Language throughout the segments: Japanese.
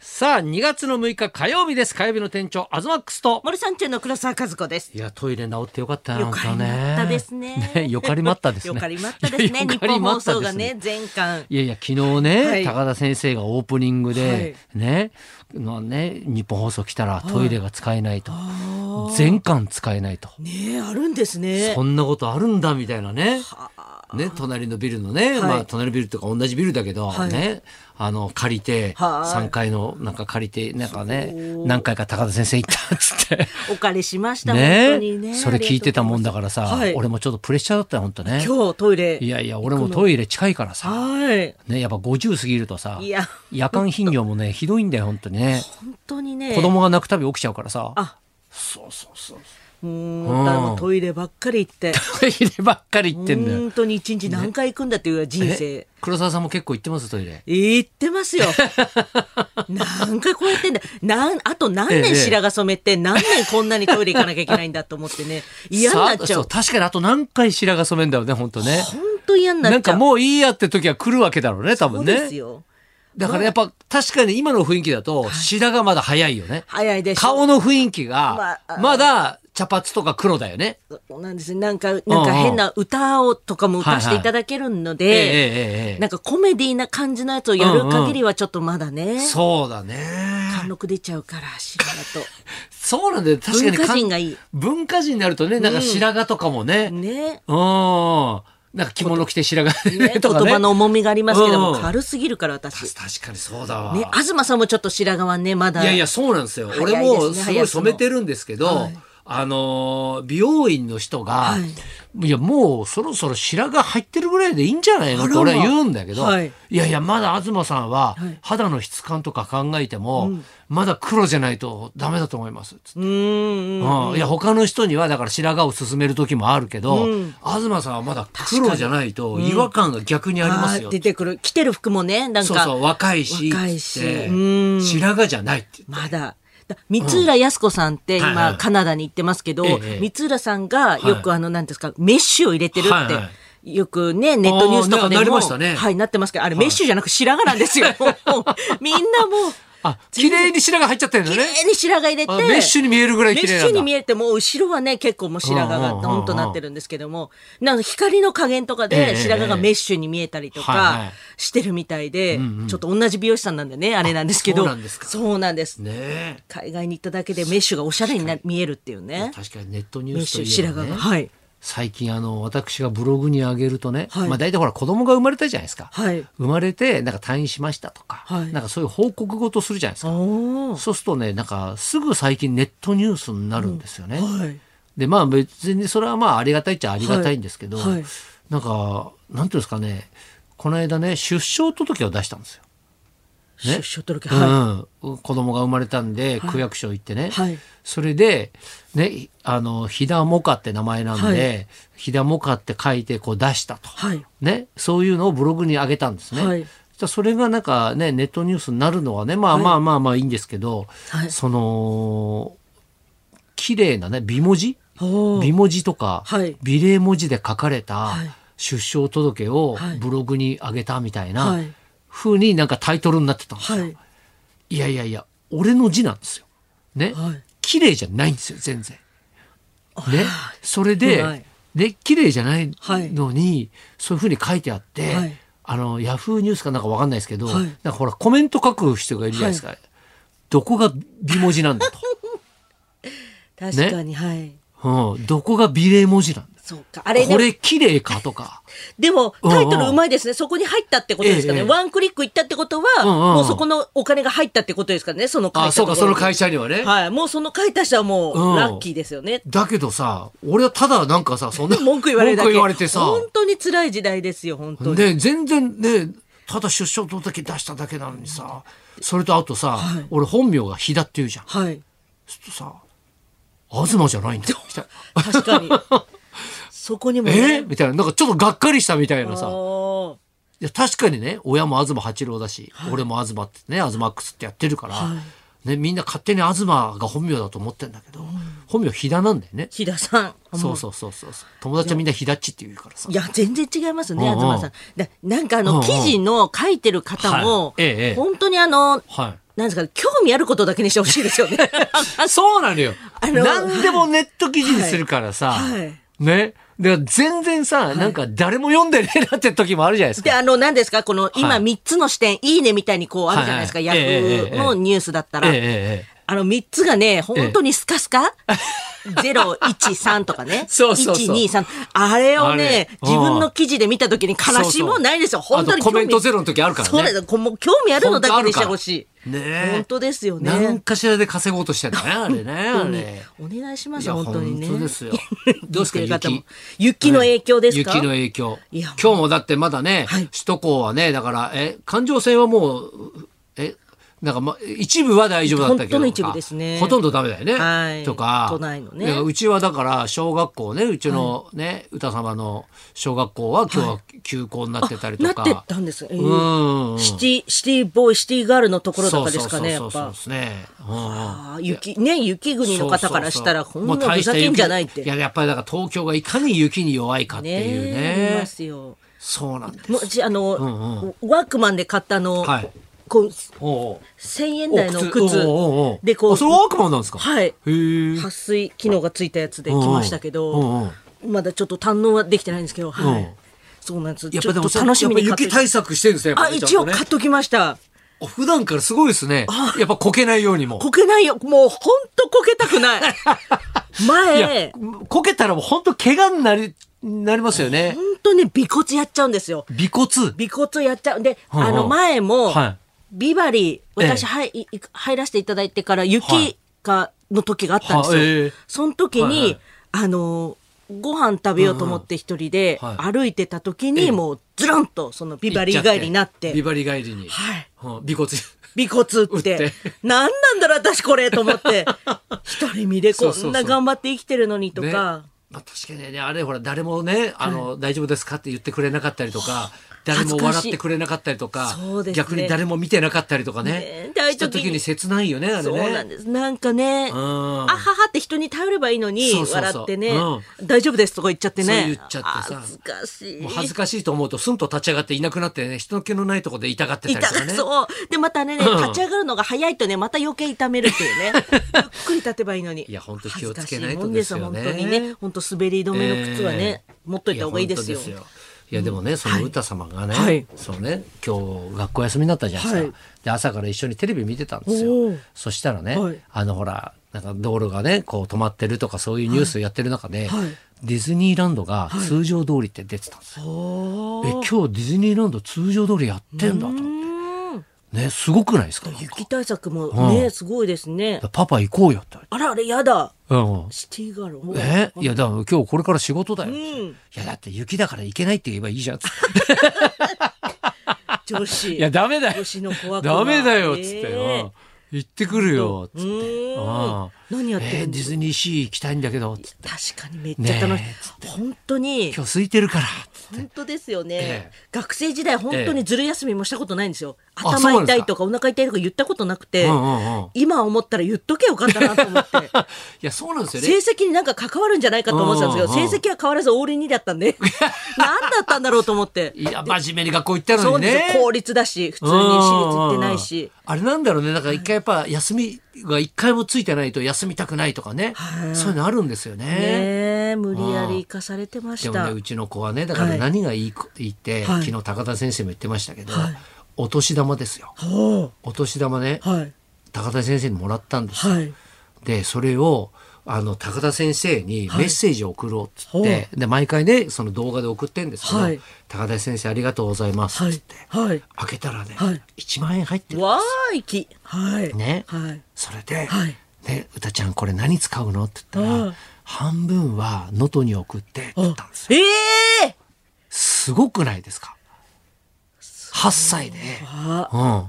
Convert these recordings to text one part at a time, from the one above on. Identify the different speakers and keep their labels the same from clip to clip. Speaker 1: さあ、2月の6日火曜日です。火曜日の店長、アズマックスと。
Speaker 2: 森三中の黒沢和子です。
Speaker 1: いや、トイレ治ってよかったな、
Speaker 2: よかりまったですね。
Speaker 1: よかりまったですね。
Speaker 2: よかりまったですね。
Speaker 1: よ
Speaker 2: 日
Speaker 1: かり
Speaker 2: 本
Speaker 1: ま
Speaker 2: 放
Speaker 1: った
Speaker 2: 送
Speaker 1: で
Speaker 2: が
Speaker 1: す
Speaker 2: ね、。全巻。
Speaker 1: いやいや、昨日ね、
Speaker 2: はい
Speaker 1: 高田先生がオープニングで、ね、のね、日本放送来たらトイレが使えないと。全館使えないと。
Speaker 2: ねえ、あるんですね
Speaker 1: そ。んなことあるんだみたいなね。ね、隣のビルのね、まあ隣のビルとか同じビルだけど、
Speaker 2: はい
Speaker 1: ね、あの、借りて、
Speaker 2: はい
Speaker 1: 3階のなんか借りて、なんかね、何回か高田先生行ったっつって。
Speaker 2: お借りしました。本当に
Speaker 1: ね
Speaker 2: ね。
Speaker 1: それ聞いてたもんだ
Speaker 2: か
Speaker 1: からさ、
Speaker 2: はい
Speaker 1: 俺もちょっとプレッシャーだったよ、ほんとね。
Speaker 2: 今日トイレ。
Speaker 1: いやいや、俺もトイレ近いからさ、
Speaker 2: はい。
Speaker 1: ね、やっぱ50過ぎるとさ
Speaker 2: いや、
Speaker 1: 夜間頻尿もね、ひどいんだよ、ほんとにね。
Speaker 2: 本当に ね。
Speaker 1: 子供が泣くたび起きちゃうからさ。
Speaker 2: あ
Speaker 1: そうそうそう。
Speaker 2: うーん。だからもうトイレばっかり 行って。
Speaker 1: トイレばっかり行ってんだよ。
Speaker 2: 本当に一日何回行くんだっていう人
Speaker 1: え
Speaker 2: 生。
Speaker 1: 黒沢さんも結構行ってます、トイレ。
Speaker 2: 行ってま すよ。何回こうやってんだ。なん、あと何
Speaker 1: ええ
Speaker 2: 年白髪染めて、何年こんなにトイレ行かなきゃいけないんだと思っ てね。嫌になっ
Speaker 1: さあ
Speaker 2: ちゃ
Speaker 1: そうう。確かにあと何回白髪染めんだろうね、ほんとね。
Speaker 2: 本当嫌になっちゃう。
Speaker 1: なんかもういいやって時は来るわけだろうね、多
Speaker 2: そう
Speaker 1: 分
Speaker 2: です
Speaker 1: ね。
Speaker 2: よ。
Speaker 1: だからやっぱ確かに今の雰囲気だと、白髪まだ早いよね。
Speaker 2: 早いでしょ。
Speaker 1: 顔の雰囲気が
Speaker 2: まあ、あ
Speaker 1: まだ茶髪とか黒だよね。
Speaker 2: そうなんですよなんか、なんか変な歌をとかも歌していただけるの
Speaker 1: ええ
Speaker 2: で、
Speaker 1: えええ
Speaker 2: なんかコメディな感じのやつをやる限りはちょっとまだね
Speaker 1: え。、そうだね。
Speaker 2: 貫禄出ちゃうから、白髪と。
Speaker 1: そうなんだよ。確かに
Speaker 2: 文化人
Speaker 1: かん
Speaker 2: がいい
Speaker 1: 文化人になるとね、なんか白髪とかもね。うん。
Speaker 2: ね。
Speaker 1: なんか着物着て白髪
Speaker 2: ね
Speaker 1: ね
Speaker 2: 言
Speaker 1: とかね。
Speaker 2: 葉の重みがありますけども、
Speaker 1: うん
Speaker 2: 軽すぎるから私。
Speaker 1: 確かにそうだわ。
Speaker 2: ね、東さんもちょっと白髪はね、まだ。
Speaker 1: いやいや、そうなんですよ。
Speaker 2: 早い
Speaker 1: 俺
Speaker 2: です
Speaker 1: もす
Speaker 2: ね
Speaker 1: ごい染めて
Speaker 2: 早
Speaker 1: るんですけど、あのー、美容院の人が、、
Speaker 2: はい
Speaker 1: や、もうそろそろ白髪入ってるぐらいでいいんじゃないのっ
Speaker 2: あら
Speaker 1: て
Speaker 2: ま
Speaker 1: 俺は言うんだけど、
Speaker 2: はいい、
Speaker 1: やいや、まだ東さんは
Speaker 2: はい
Speaker 1: 肌の質感とか考えても、まだ黒じゃないとダメだと思います。つって
Speaker 2: うーん。
Speaker 1: うん、いや他の人にはだから白髪を勧める時もあるけど、東さんはまだ黒じゃないと違和感が逆にありますよ
Speaker 2: あー出てくる。着てる服もね、なん
Speaker 1: そう
Speaker 2: か。
Speaker 1: そう若いし
Speaker 2: 若いし
Speaker 1: つって
Speaker 2: うん
Speaker 1: 白髪じゃないって
Speaker 2: まだ。だ三浦靖子さんっ
Speaker 1: は
Speaker 2: て
Speaker 1: いはい
Speaker 2: 今カナダに行ってますけど、
Speaker 1: ええええ
Speaker 2: 三浦さんがよく
Speaker 1: はい
Speaker 2: あの何ですか、メッシュを入れてるって、
Speaker 1: はいは
Speaker 2: よくねネットニュースとかで
Speaker 1: あーな
Speaker 2: も
Speaker 1: なりましたね
Speaker 2: はいなってますけどあれメッシュじゃなく白髪なんです よ、もうみんなもう
Speaker 1: あ綺麗に白髪入っちゃってるんだ
Speaker 2: 綺
Speaker 1: ね
Speaker 2: 麗に白髪入れて
Speaker 1: あメッシュに見えるぐらい綺麗なんだ
Speaker 2: メッシュに見えてもう後ろはね結構もう白髪が
Speaker 1: うんうんうんうん
Speaker 2: ドンとなってるんですけどもなんか光の加減とか
Speaker 1: ええ
Speaker 2: で白髪がメッシュに見えたりと
Speaker 1: はいはい
Speaker 2: かしてるみたいで、ちょっと同じ美容師さんなんでねあれなんですけど
Speaker 1: そうなんですか
Speaker 2: そうなんです
Speaker 1: ねえ
Speaker 2: 海外に行っただけでメッシュがおしゃれにな見えるっていうね。
Speaker 1: 確かにネットニュ
Speaker 2: メ
Speaker 1: ー
Speaker 2: ッ
Speaker 1: スと
Speaker 2: シュ、
Speaker 1: いえ
Speaker 2: 白
Speaker 1: ば、
Speaker 2: 髪
Speaker 1: ね
Speaker 2: が。、はい。
Speaker 1: 最近あの私がブログに上げるとね、
Speaker 2: はい
Speaker 1: まあ大体ほら子供が生まれたじゃないですか、
Speaker 2: はい
Speaker 1: 生まれてなんか退院しましたとか、
Speaker 2: はい
Speaker 1: なんかそういう報告ごとするじゃないですか、
Speaker 2: おー
Speaker 1: そうするとねなんかすぐ最近ネットニュースになるんですよね、
Speaker 2: はい。
Speaker 1: でまあ別にそれはまあありがたいっちゃありがたいんですけど、
Speaker 2: はいはい
Speaker 1: なんかなんていうんですかねこの間ね出生届を出したんですよ
Speaker 2: 出生届、は
Speaker 1: うん、子供が生まれたんで、区役所行ってね、
Speaker 2: はい
Speaker 1: それで、ね、あの、ひだもかって名前なん
Speaker 2: は
Speaker 1: で、ひだもかって書いてこう出したと、
Speaker 2: はい
Speaker 1: ね、そういうのをブログに上げたんですね。
Speaker 2: はい
Speaker 1: そしたらそれがなんかね、ネットニュースになるのはね、まあまあまあまあいいんですけど、
Speaker 2: はい
Speaker 1: その、綺麗なね、美文字
Speaker 2: い。おー
Speaker 1: 美文字とか、
Speaker 2: はい
Speaker 1: 美麗文字で書かれた
Speaker 2: はい
Speaker 1: 出生届を
Speaker 2: はい
Speaker 1: ブログに上げたみたいな
Speaker 2: はい
Speaker 1: 風になんかタイトルになってたんですよ。
Speaker 2: はい。
Speaker 1: いやいやいや、俺の字なんですよ。ね。
Speaker 2: はい
Speaker 1: 綺麗じゃないんですよ、全然。ね。それで
Speaker 2: はい、
Speaker 1: ね、綺麗じゃない
Speaker 2: はい
Speaker 1: のに、そういうふうに書いてあって、
Speaker 2: はい
Speaker 1: あの、ヤフーニュースかなんかわかんないですけど、
Speaker 2: はい
Speaker 1: なんかほら、コメント書く人がいるじゃないですか。どこが美文字なん だ
Speaker 2: 確かに、はい。
Speaker 1: と。うん。どこが美麗文字なんだ。
Speaker 2: そうか。あれ
Speaker 1: こ
Speaker 2: ね。
Speaker 1: れ綺麗かと か。
Speaker 2: でも、タイトルうまいですね。そこに入ったってことですか
Speaker 1: え
Speaker 2: ね。
Speaker 1: えええ
Speaker 2: ワンクリックいったってことは、
Speaker 1: うんうん
Speaker 2: もうそこのお金が入ったってことですからね。その会社
Speaker 1: あ、そうか、その会
Speaker 2: 社。
Speaker 1: 社にはね。
Speaker 2: はい。もうその書いた人はも
Speaker 1: うん
Speaker 2: う、ラッキーですよね。
Speaker 1: だけどさ、俺はただなんかさ、そんな
Speaker 2: 文句言われるだけ。
Speaker 1: 文句言われてさ。
Speaker 2: 本当に辛い時代ですよ、本当に。
Speaker 1: で全然ねただ出生届出しただけなのにさそれとあとさ、
Speaker 2: はい
Speaker 1: 俺本名が飛田っていうじゃん
Speaker 2: はい。
Speaker 1: ちょっとさ東じゃないんだよみたい
Speaker 2: 確 かに。そこにも
Speaker 1: な
Speaker 2: ね。
Speaker 1: えみたいななんかちょっとがっかりしたみたいなさ
Speaker 2: おー
Speaker 1: いや確かにね親も東八郎だし、俺も東ってね東マックスってやってるから、ね、みんな勝手に東が本名だと思ってんだけど、本名飛騨なんだよね。
Speaker 2: 飛騨さん。
Speaker 1: そうそうそうそうそう。友達はみんな飛騨っちって言うからさ
Speaker 2: い。や、全然違いますね、
Speaker 1: うんうん
Speaker 2: 東さん。だなんかあ
Speaker 1: うんう
Speaker 2: の、
Speaker 1: ん
Speaker 2: 記事の書いてる方も
Speaker 1: はいええええ、
Speaker 2: 本当にあの、
Speaker 1: は
Speaker 2: なんですか、興味あることだけにしてほしいですよ ね。
Speaker 1: い。そうなのよ。
Speaker 2: あの
Speaker 1: 何でもネット記事にするからさ。
Speaker 2: はい
Speaker 1: ね。で、全然さ、なんか誰も読んでねえなって時もあるじゃないです
Speaker 2: で、
Speaker 1: か。
Speaker 2: あの、何ですか、この、今
Speaker 1: はい
Speaker 2: 3つの視点、いいねみたいにこうあるじゃないですか、
Speaker 1: はい
Speaker 2: ヤ
Speaker 1: はい
Speaker 2: フ
Speaker 1: ええええ
Speaker 2: ーのニュースだった
Speaker 1: えええ
Speaker 2: ら。
Speaker 1: えええ。
Speaker 2: あの3つがね、本当にスカ スカ ?013 とかね。
Speaker 1: そうそうそう
Speaker 2: 123。あれをね
Speaker 1: あれ、うん
Speaker 2: 自分の記事で見た時に悲しもないですよ。
Speaker 1: そうそう
Speaker 2: 本当に
Speaker 1: あと
Speaker 2: 興味。
Speaker 1: コメントゼロの時あるからね
Speaker 2: そうです。こもう興味あるのだけにしてほしい。
Speaker 1: ねえ
Speaker 2: 本当ですよね。
Speaker 1: 何かしらで稼ごうとしてんだね、あれね、あ
Speaker 2: 本当に
Speaker 1: れ。
Speaker 2: お願いしま
Speaker 1: い
Speaker 2: す
Speaker 1: や
Speaker 2: よ本当にね。
Speaker 1: 本当 ですよどうですか
Speaker 2: 聞いてる方も雪の影響ですか。
Speaker 1: 雪の影響。
Speaker 2: いや
Speaker 1: 今日もだってまだね、
Speaker 2: はい
Speaker 1: 首都高はね、だから、え、環状線はもう、え、なんかま、一部は大丈夫だったけど。
Speaker 2: 本当の一部ですね
Speaker 1: ほとんどダメだよね。
Speaker 2: はい
Speaker 1: とか。
Speaker 2: 都内のね
Speaker 1: だからうちはだから、小学校ね、うちのね、歌様の小学校は今日は休校になってたりと
Speaker 2: なっ
Speaker 1: か。
Speaker 2: てったんです。えー
Speaker 1: うんうん。
Speaker 2: シティシティボーイシティガールのところと
Speaker 1: そう
Speaker 2: か
Speaker 1: そ
Speaker 2: で
Speaker 1: う
Speaker 2: す
Speaker 1: そ
Speaker 2: か
Speaker 1: う
Speaker 2: ねや
Speaker 1: そう
Speaker 2: っ
Speaker 1: そう
Speaker 2: ぱ
Speaker 1: で。すね。うんうん
Speaker 2: あー雪ね雪国の方からしたら
Speaker 1: そ
Speaker 2: こ
Speaker 1: うそうそうん
Speaker 2: なふざけんじゃないっ
Speaker 1: もう大した
Speaker 2: て。
Speaker 1: 雪ややっぱりだから東京がいかに雪に弱いかっていうね
Speaker 2: ねえいますよ。
Speaker 1: そうなんです
Speaker 2: もう私あの、
Speaker 1: ん
Speaker 2: ワークマンで買ったあの、
Speaker 1: はい
Speaker 2: こう
Speaker 1: おうおう
Speaker 2: 千円台の靴
Speaker 1: おうおうおう
Speaker 2: でこう
Speaker 1: あそれワークマンなんですか
Speaker 2: はい
Speaker 1: へえ
Speaker 2: 撥水機能がついたやつで来ましたけど。
Speaker 1: うんうん
Speaker 2: まだちょっと堪能はできてないんですけど、はい。
Speaker 1: うん
Speaker 2: そうなんです。
Speaker 1: やっ
Speaker 2: ちょ
Speaker 1: ぱ
Speaker 2: っ
Speaker 1: でも
Speaker 2: と楽しみに
Speaker 1: やっぱ
Speaker 2: 買っ
Speaker 1: 雪
Speaker 2: て
Speaker 1: 対策してるんですねやっ
Speaker 2: あ、
Speaker 1: ぱね
Speaker 2: 一応
Speaker 1: ちゃんと
Speaker 2: 買っ
Speaker 1: ね
Speaker 2: ときました。
Speaker 1: お普段からすごいですねやっぱこけないようにも
Speaker 2: こけないよ。もうほんとこけた くない。
Speaker 1: い
Speaker 2: 前
Speaker 1: や、こけたらもう本当怪我になりなりますよね
Speaker 2: 本当に尾骨やっちゃうんですよ。
Speaker 1: 尾骨
Speaker 2: 尾骨やっちゃう。で、
Speaker 1: うんうん
Speaker 2: あの前も、
Speaker 1: はい
Speaker 2: ビバリー、私、
Speaker 1: ええ
Speaker 2: はいい入らせていただいてから
Speaker 1: はい
Speaker 2: 雪が、の時があったんですよ。
Speaker 1: はええ
Speaker 2: その時に、
Speaker 1: はいはい
Speaker 2: あの、ご飯食べようと思って一人で
Speaker 1: うんうんは
Speaker 2: 歩いてた時に、
Speaker 1: ええ
Speaker 2: もうズランとそのビバリー帰りになって、
Speaker 1: ビバリー帰りに
Speaker 2: はい。
Speaker 1: うん尾骨
Speaker 2: 尾骨打っ
Speaker 1: 打ってて
Speaker 2: 何なんだろう私これと思って 一人身でこ
Speaker 1: そうそ
Speaker 2: ん
Speaker 1: うそ
Speaker 2: な
Speaker 1: う
Speaker 2: 頑張って生きてるのにとか
Speaker 1: ね。まあ、確かにね、あれほら、誰もね、あの、大丈夫ですかって言ってくれなかったりとか、誰も
Speaker 2: 恥ずか
Speaker 1: 笑
Speaker 2: しい
Speaker 1: ってくれなかったりとか、
Speaker 2: そうですね
Speaker 1: 逆に誰も見てなかったりとかね。
Speaker 2: ね大
Speaker 1: した
Speaker 2: 時に
Speaker 1: 時に切ないよね、あれね。
Speaker 2: そうなんですなんかね
Speaker 1: うん
Speaker 2: あははって人に頼ればいいのに
Speaker 1: そうそうそう
Speaker 2: 笑ってね
Speaker 1: う
Speaker 2: 大丈夫ですとか言っちゃってね
Speaker 1: そう言っちゃってさ
Speaker 2: 恥ずかしい
Speaker 1: もう恥ずかしいと思うと、すんと立ち上がっていなくなってね、人の気のないとこで痛がってたりとかね。
Speaker 2: 痛そうでまたね、
Speaker 1: ん
Speaker 2: 立ち上がるのが早いとねまた余計痛めるっていうね ゆっくり立てばいいのに
Speaker 1: いや本当気をつけないと
Speaker 2: 恥ずかしもん
Speaker 1: ですよね
Speaker 2: 本当にね本当滑り止めの靴はね、持っといた方がいいですよ
Speaker 1: や本当いやでもね、その歌様がね、
Speaker 2: はい
Speaker 1: そうね今日学校休みになったじゃないですか、
Speaker 2: はい
Speaker 1: で朝から一緒にテレビ見てたんです
Speaker 2: お
Speaker 1: よ
Speaker 2: ー
Speaker 1: そしたらね、
Speaker 2: はい
Speaker 1: あのほらなんか道路がねこう止まってるとかそういうニュースやってる中で、
Speaker 2: はいはい
Speaker 1: ディズニーランドが通常通りって出てたんですよ、
Speaker 2: お
Speaker 1: え
Speaker 2: ー
Speaker 1: 今日ディズニーランド通常通りやってんだと思
Speaker 2: うん
Speaker 1: ってねすごくないですかなんか
Speaker 2: 雪対策もね、
Speaker 1: うん
Speaker 2: すごいですね
Speaker 1: パパ行こうよって
Speaker 2: あらあれやだ
Speaker 1: 言われて、うん、
Speaker 2: シティガールもう
Speaker 1: えいやだから今日これから仕事だよ、
Speaker 2: ん
Speaker 1: いやだって雪だから行けないって言えばいいじゃんつって
Speaker 2: 女子
Speaker 1: いや、ダメだよ
Speaker 2: 女。子の子は
Speaker 1: ダメだよ、つって。
Speaker 2: え
Speaker 1: うん行ってくるよ、つって。
Speaker 2: うーん
Speaker 1: うん
Speaker 2: 何やってる
Speaker 1: えー
Speaker 2: んで
Speaker 1: ディ
Speaker 2: すか
Speaker 1: ズニーシー行きたいんだけど、つって
Speaker 2: 確かにめっちゃ楽しい
Speaker 1: ねえつっ
Speaker 2: 本当に
Speaker 1: 今日空いてるから。
Speaker 2: 本当ですよね、
Speaker 1: ええ
Speaker 2: 学生時代本当にずる休みもしたことないんですよ、
Speaker 1: そうなんですか
Speaker 2: 頭痛いとかお腹痛いとか言ったことなくて、
Speaker 1: うんうんうん
Speaker 2: 今思ったら言っとけよかったなと 思って
Speaker 1: いや、そうなんですよ
Speaker 2: 成
Speaker 1: ね。
Speaker 2: 績になんか関わるんじゃないかと思ってたんですけ
Speaker 1: うんう
Speaker 2: ど
Speaker 1: ん
Speaker 2: 成績は変わらずオール2だった んで何だったんだろうと思って
Speaker 1: いや、真面目に学校行った
Speaker 2: そ
Speaker 1: の
Speaker 2: う
Speaker 1: に
Speaker 2: ですよ
Speaker 1: ね。
Speaker 2: 公立だし普通に私立行ってない
Speaker 1: うんうんう
Speaker 2: し
Speaker 1: ん。あれなんだろうね。だから一回やっぱ休みが一回もついてないと休みたくないとかね。そういうのあるんですよね。
Speaker 2: ねえ無理やり生かされてま
Speaker 1: で
Speaker 2: し
Speaker 1: も
Speaker 2: た、
Speaker 1: ね、うちの子はね、だから
Speaker 2: はい
Speaker 1: 何がいいかいいって、
Speaker 2: はい
Speaker 1: 昨日高田先生も言ってましたけど
Speaker 2: はい、
Speaker 1: お年玉ですよ。
Speaker 2: は
Speaker 1: お年玉ね
Speaker 2: あ、はい
Speaker 1: 高田先生にもらったんですよ
Speaker 2: はい
Speaker 1: でそれをあの高田先生にメッセージを送ろうっつって、
Speaker 2: はいほ
Speaker 1: で毎回ねその動画で送ってんですけど、
Speaker 2: はい
Speaker 1: 高田先生ありがとうございますっつって、
Speaker 2: はい
Speaker 1: 開けたらね、
Speaker 2: はい
Speaker 1: 1万円入ってる
Speaker 2: わーいきはい
Speaker 1: ね
Speaker 2: はい
Speaker 1: それで、
Speaker 2: はい
Speaker 1: ね「うたちゃんこれ何使うの?」って言ったら、
Speaker 2: はい
Speaker 1: 半分は能登に送って」って言ったんですよ
Speaker 2: ええー
Speaker 1: すごくないですか8歳で、うん、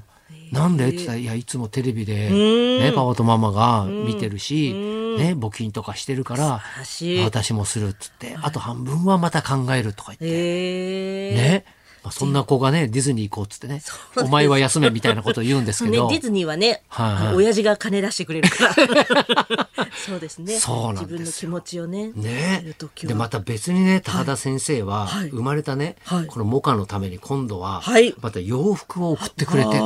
Speaker 1: なんでって言ったら「いやいつもテレビで、ね、パパとママが見てるし、ね、募金とかしてるから
Speaker 2: らしい
Speaker 1: 私もする」っつって「あと半分はまた考える」とか言って、
Speaker 2: ええ
Speaker 1: ねまあ、そんな子がね、ディズニー行こうっつってね、お前は休めみたいなことを言うんです
Speaker 2: そ
Speaker 1: け
Speaker 2: う ね、デ
Speaker 1: ど、
Speaker 2: ィズニーはね、
Speaker 1: はいはい
Speaker 2: あの親父が金出してくれるから。 そうですね。
Speaker 1: そうなんですよ
Speaker 2: 自分の気持ちをね。
Speaker 1: ね
Speaker 2: 言うときは
Speaker 1: で、また別にね、高田先生は
Speaker 2: はい、
Speaker 1: 生まれたね、
Speaker 2: はい
Speaker 1: このモカのために今度は
Speaker 2: はい、
Speaker 1: また洋服を送ってくれてんですよ。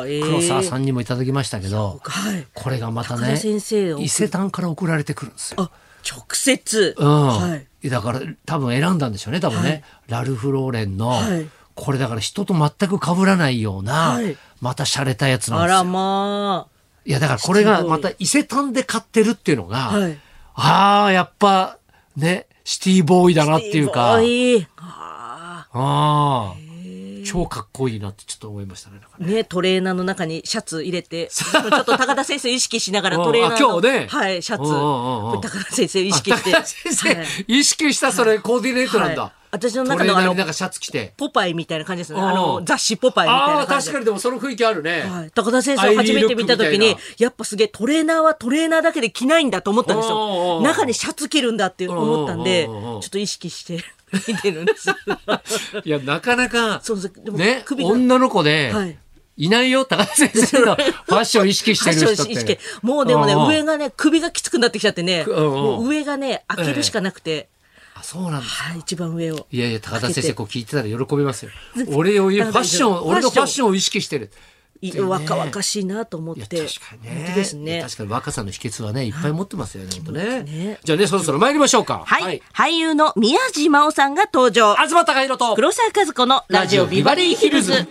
Speaker 2: あーえー
Speaker 1: 黒沢さんにもいただきましたけど、
Speaker 2: はい。
Speaker 1: これがまた
Speaker 2: 高
Speaker 1: ね
Speaker 2: 田先生を送る
Speaker 1: 伊勢丹から送られてくるんですよ。
Speaker 2: あ、直接。
Speaker 1: うん
Speaker 2: はい。
Speaker 1: だから多分選んだんでしょうね多分ね、
Speaker 2: はい
Speaker 1: ラルフ・ローレンの、
Speaker 2: はい
Speaker 1: これだから人と全く被らないような、
Speaker 2: はい
Speaker 1: また洒落たやつなん
Speaker 2: あ
Speaker 1: です
Speaker 2: ら
Speaker 1: よ。
Speaker 2: まあ。
Speaker 1: いやだからこれ
Speaker 2: す
Speaker 1: が
Speaker 2: ごい
Speaker 1: また伊勢丹で買ってるっていうのが、
Speaker 2: はい
Speaker 1: ああやっぱねシティボーイだなっていうか
Speaker 2: いいわいあ
Speaker 1: ああ超かっこいいなってちょっと思いましたね。なんか
Speaker 2: ーね、トレーナーの中にシャツ入 れて、ちょっと高田先生意識しながら
Speaker 1: うん
Speaker 2: トレーナーの。
Speaker 1: あ今日ね
Speaker 2: はい、シャツ。
Speaker 1: うんうんうん
Speaker 2: これ高田先生意識して。
Speaker 1: あ高田先生、
Speaker 2: はい
Speaker 1: 意識したそれコーディネートなんだ。
Speaker 2: はい私の中
Speaker 1: トレーナ
Speaker 2: の
Speaker 1: ー
Speaker 2: あ
Speaker 1: に
Speaker 2: の
Speaker 1: なんかシャツ着て。
Speaker 2: ポパイみたいな感じですね。
Speaker 1: うん
Speaker 2: あの、雑誌ポパイみたい
Speaker 1: ああ
Speaker 2: な
Speaker 1: ー
Speaker 2: 感
Speaker 1: 確
Speaker 2: じ
Speaker 1: か。にでもその雰囲気あるね。
Speaker 2: はい、高田先生を初めて見た
Speaker 1: ア
Speaker 2: 時
Speaker 1: イリー
Speaker 2: に
Speaker 1: ルックみたい
Speaker 2: やっぱすげえトレーナーはトレーナーだけで着ないんだと思ったんです
Speaker 1: おうおうお
Speaker 2: よ
Speaker 1: う
Speaker 2: 中にシャツ着るんだって思ったんでち
Speaker 1: おうおうおうお
Speaker 2: ょ
Speaker 1: う
Speaker 2: っと意識して見てるんです
Speaker 1: いや、なかなか、
Speaker 2: そうそうでも
Speaker 1: ね、
Speaker 2: 首が
Speaker 1: 女の子で、
Speaker 2: はいい、
Speaker 1: ないよ、高田先生のファッション意識してる人っ
Speaker 2: 意
Speaker 1: て
Speaker 2: 識。もうでもね
Speaker 1: んん
Speaker 2: 上がね首がきつくなってきちゃってね
Speaker 1: うんうん
Speaker 2: もう上がね開けるしかなくて、
Speaker 1: あ、そうなんだ。
Speaker 2: はい一番上を
Speaker 1: いやいや、高田先
Speaker 2: 開け
Speaker 1: 生、
Speaker 2: て
Speaker 1: こう聞いてたら喜び ますよ。俺を言う、ファッション、俺のファッションを意識してる。
Speaker 2: い若々しいなと思っ
Speaker 1: いや
Speaker 2: て
Speaker 1: 確かにね
Speaker 2: 本当です
Speaker 1: いや
Speaker 2: ね
Speaker 1: 確かに若さの秘訣はねいっぱい持ってますよね,、本当ね
Speaker 2: ね
Speaker 1: じゃあねそろそろ参りましょうか
Speaker 2: はい、俳優の宮地真央さんが登場
Speaker 1: 東隆弘と
Speaker 2: 黒沢和子のラジオビバリーヒルズ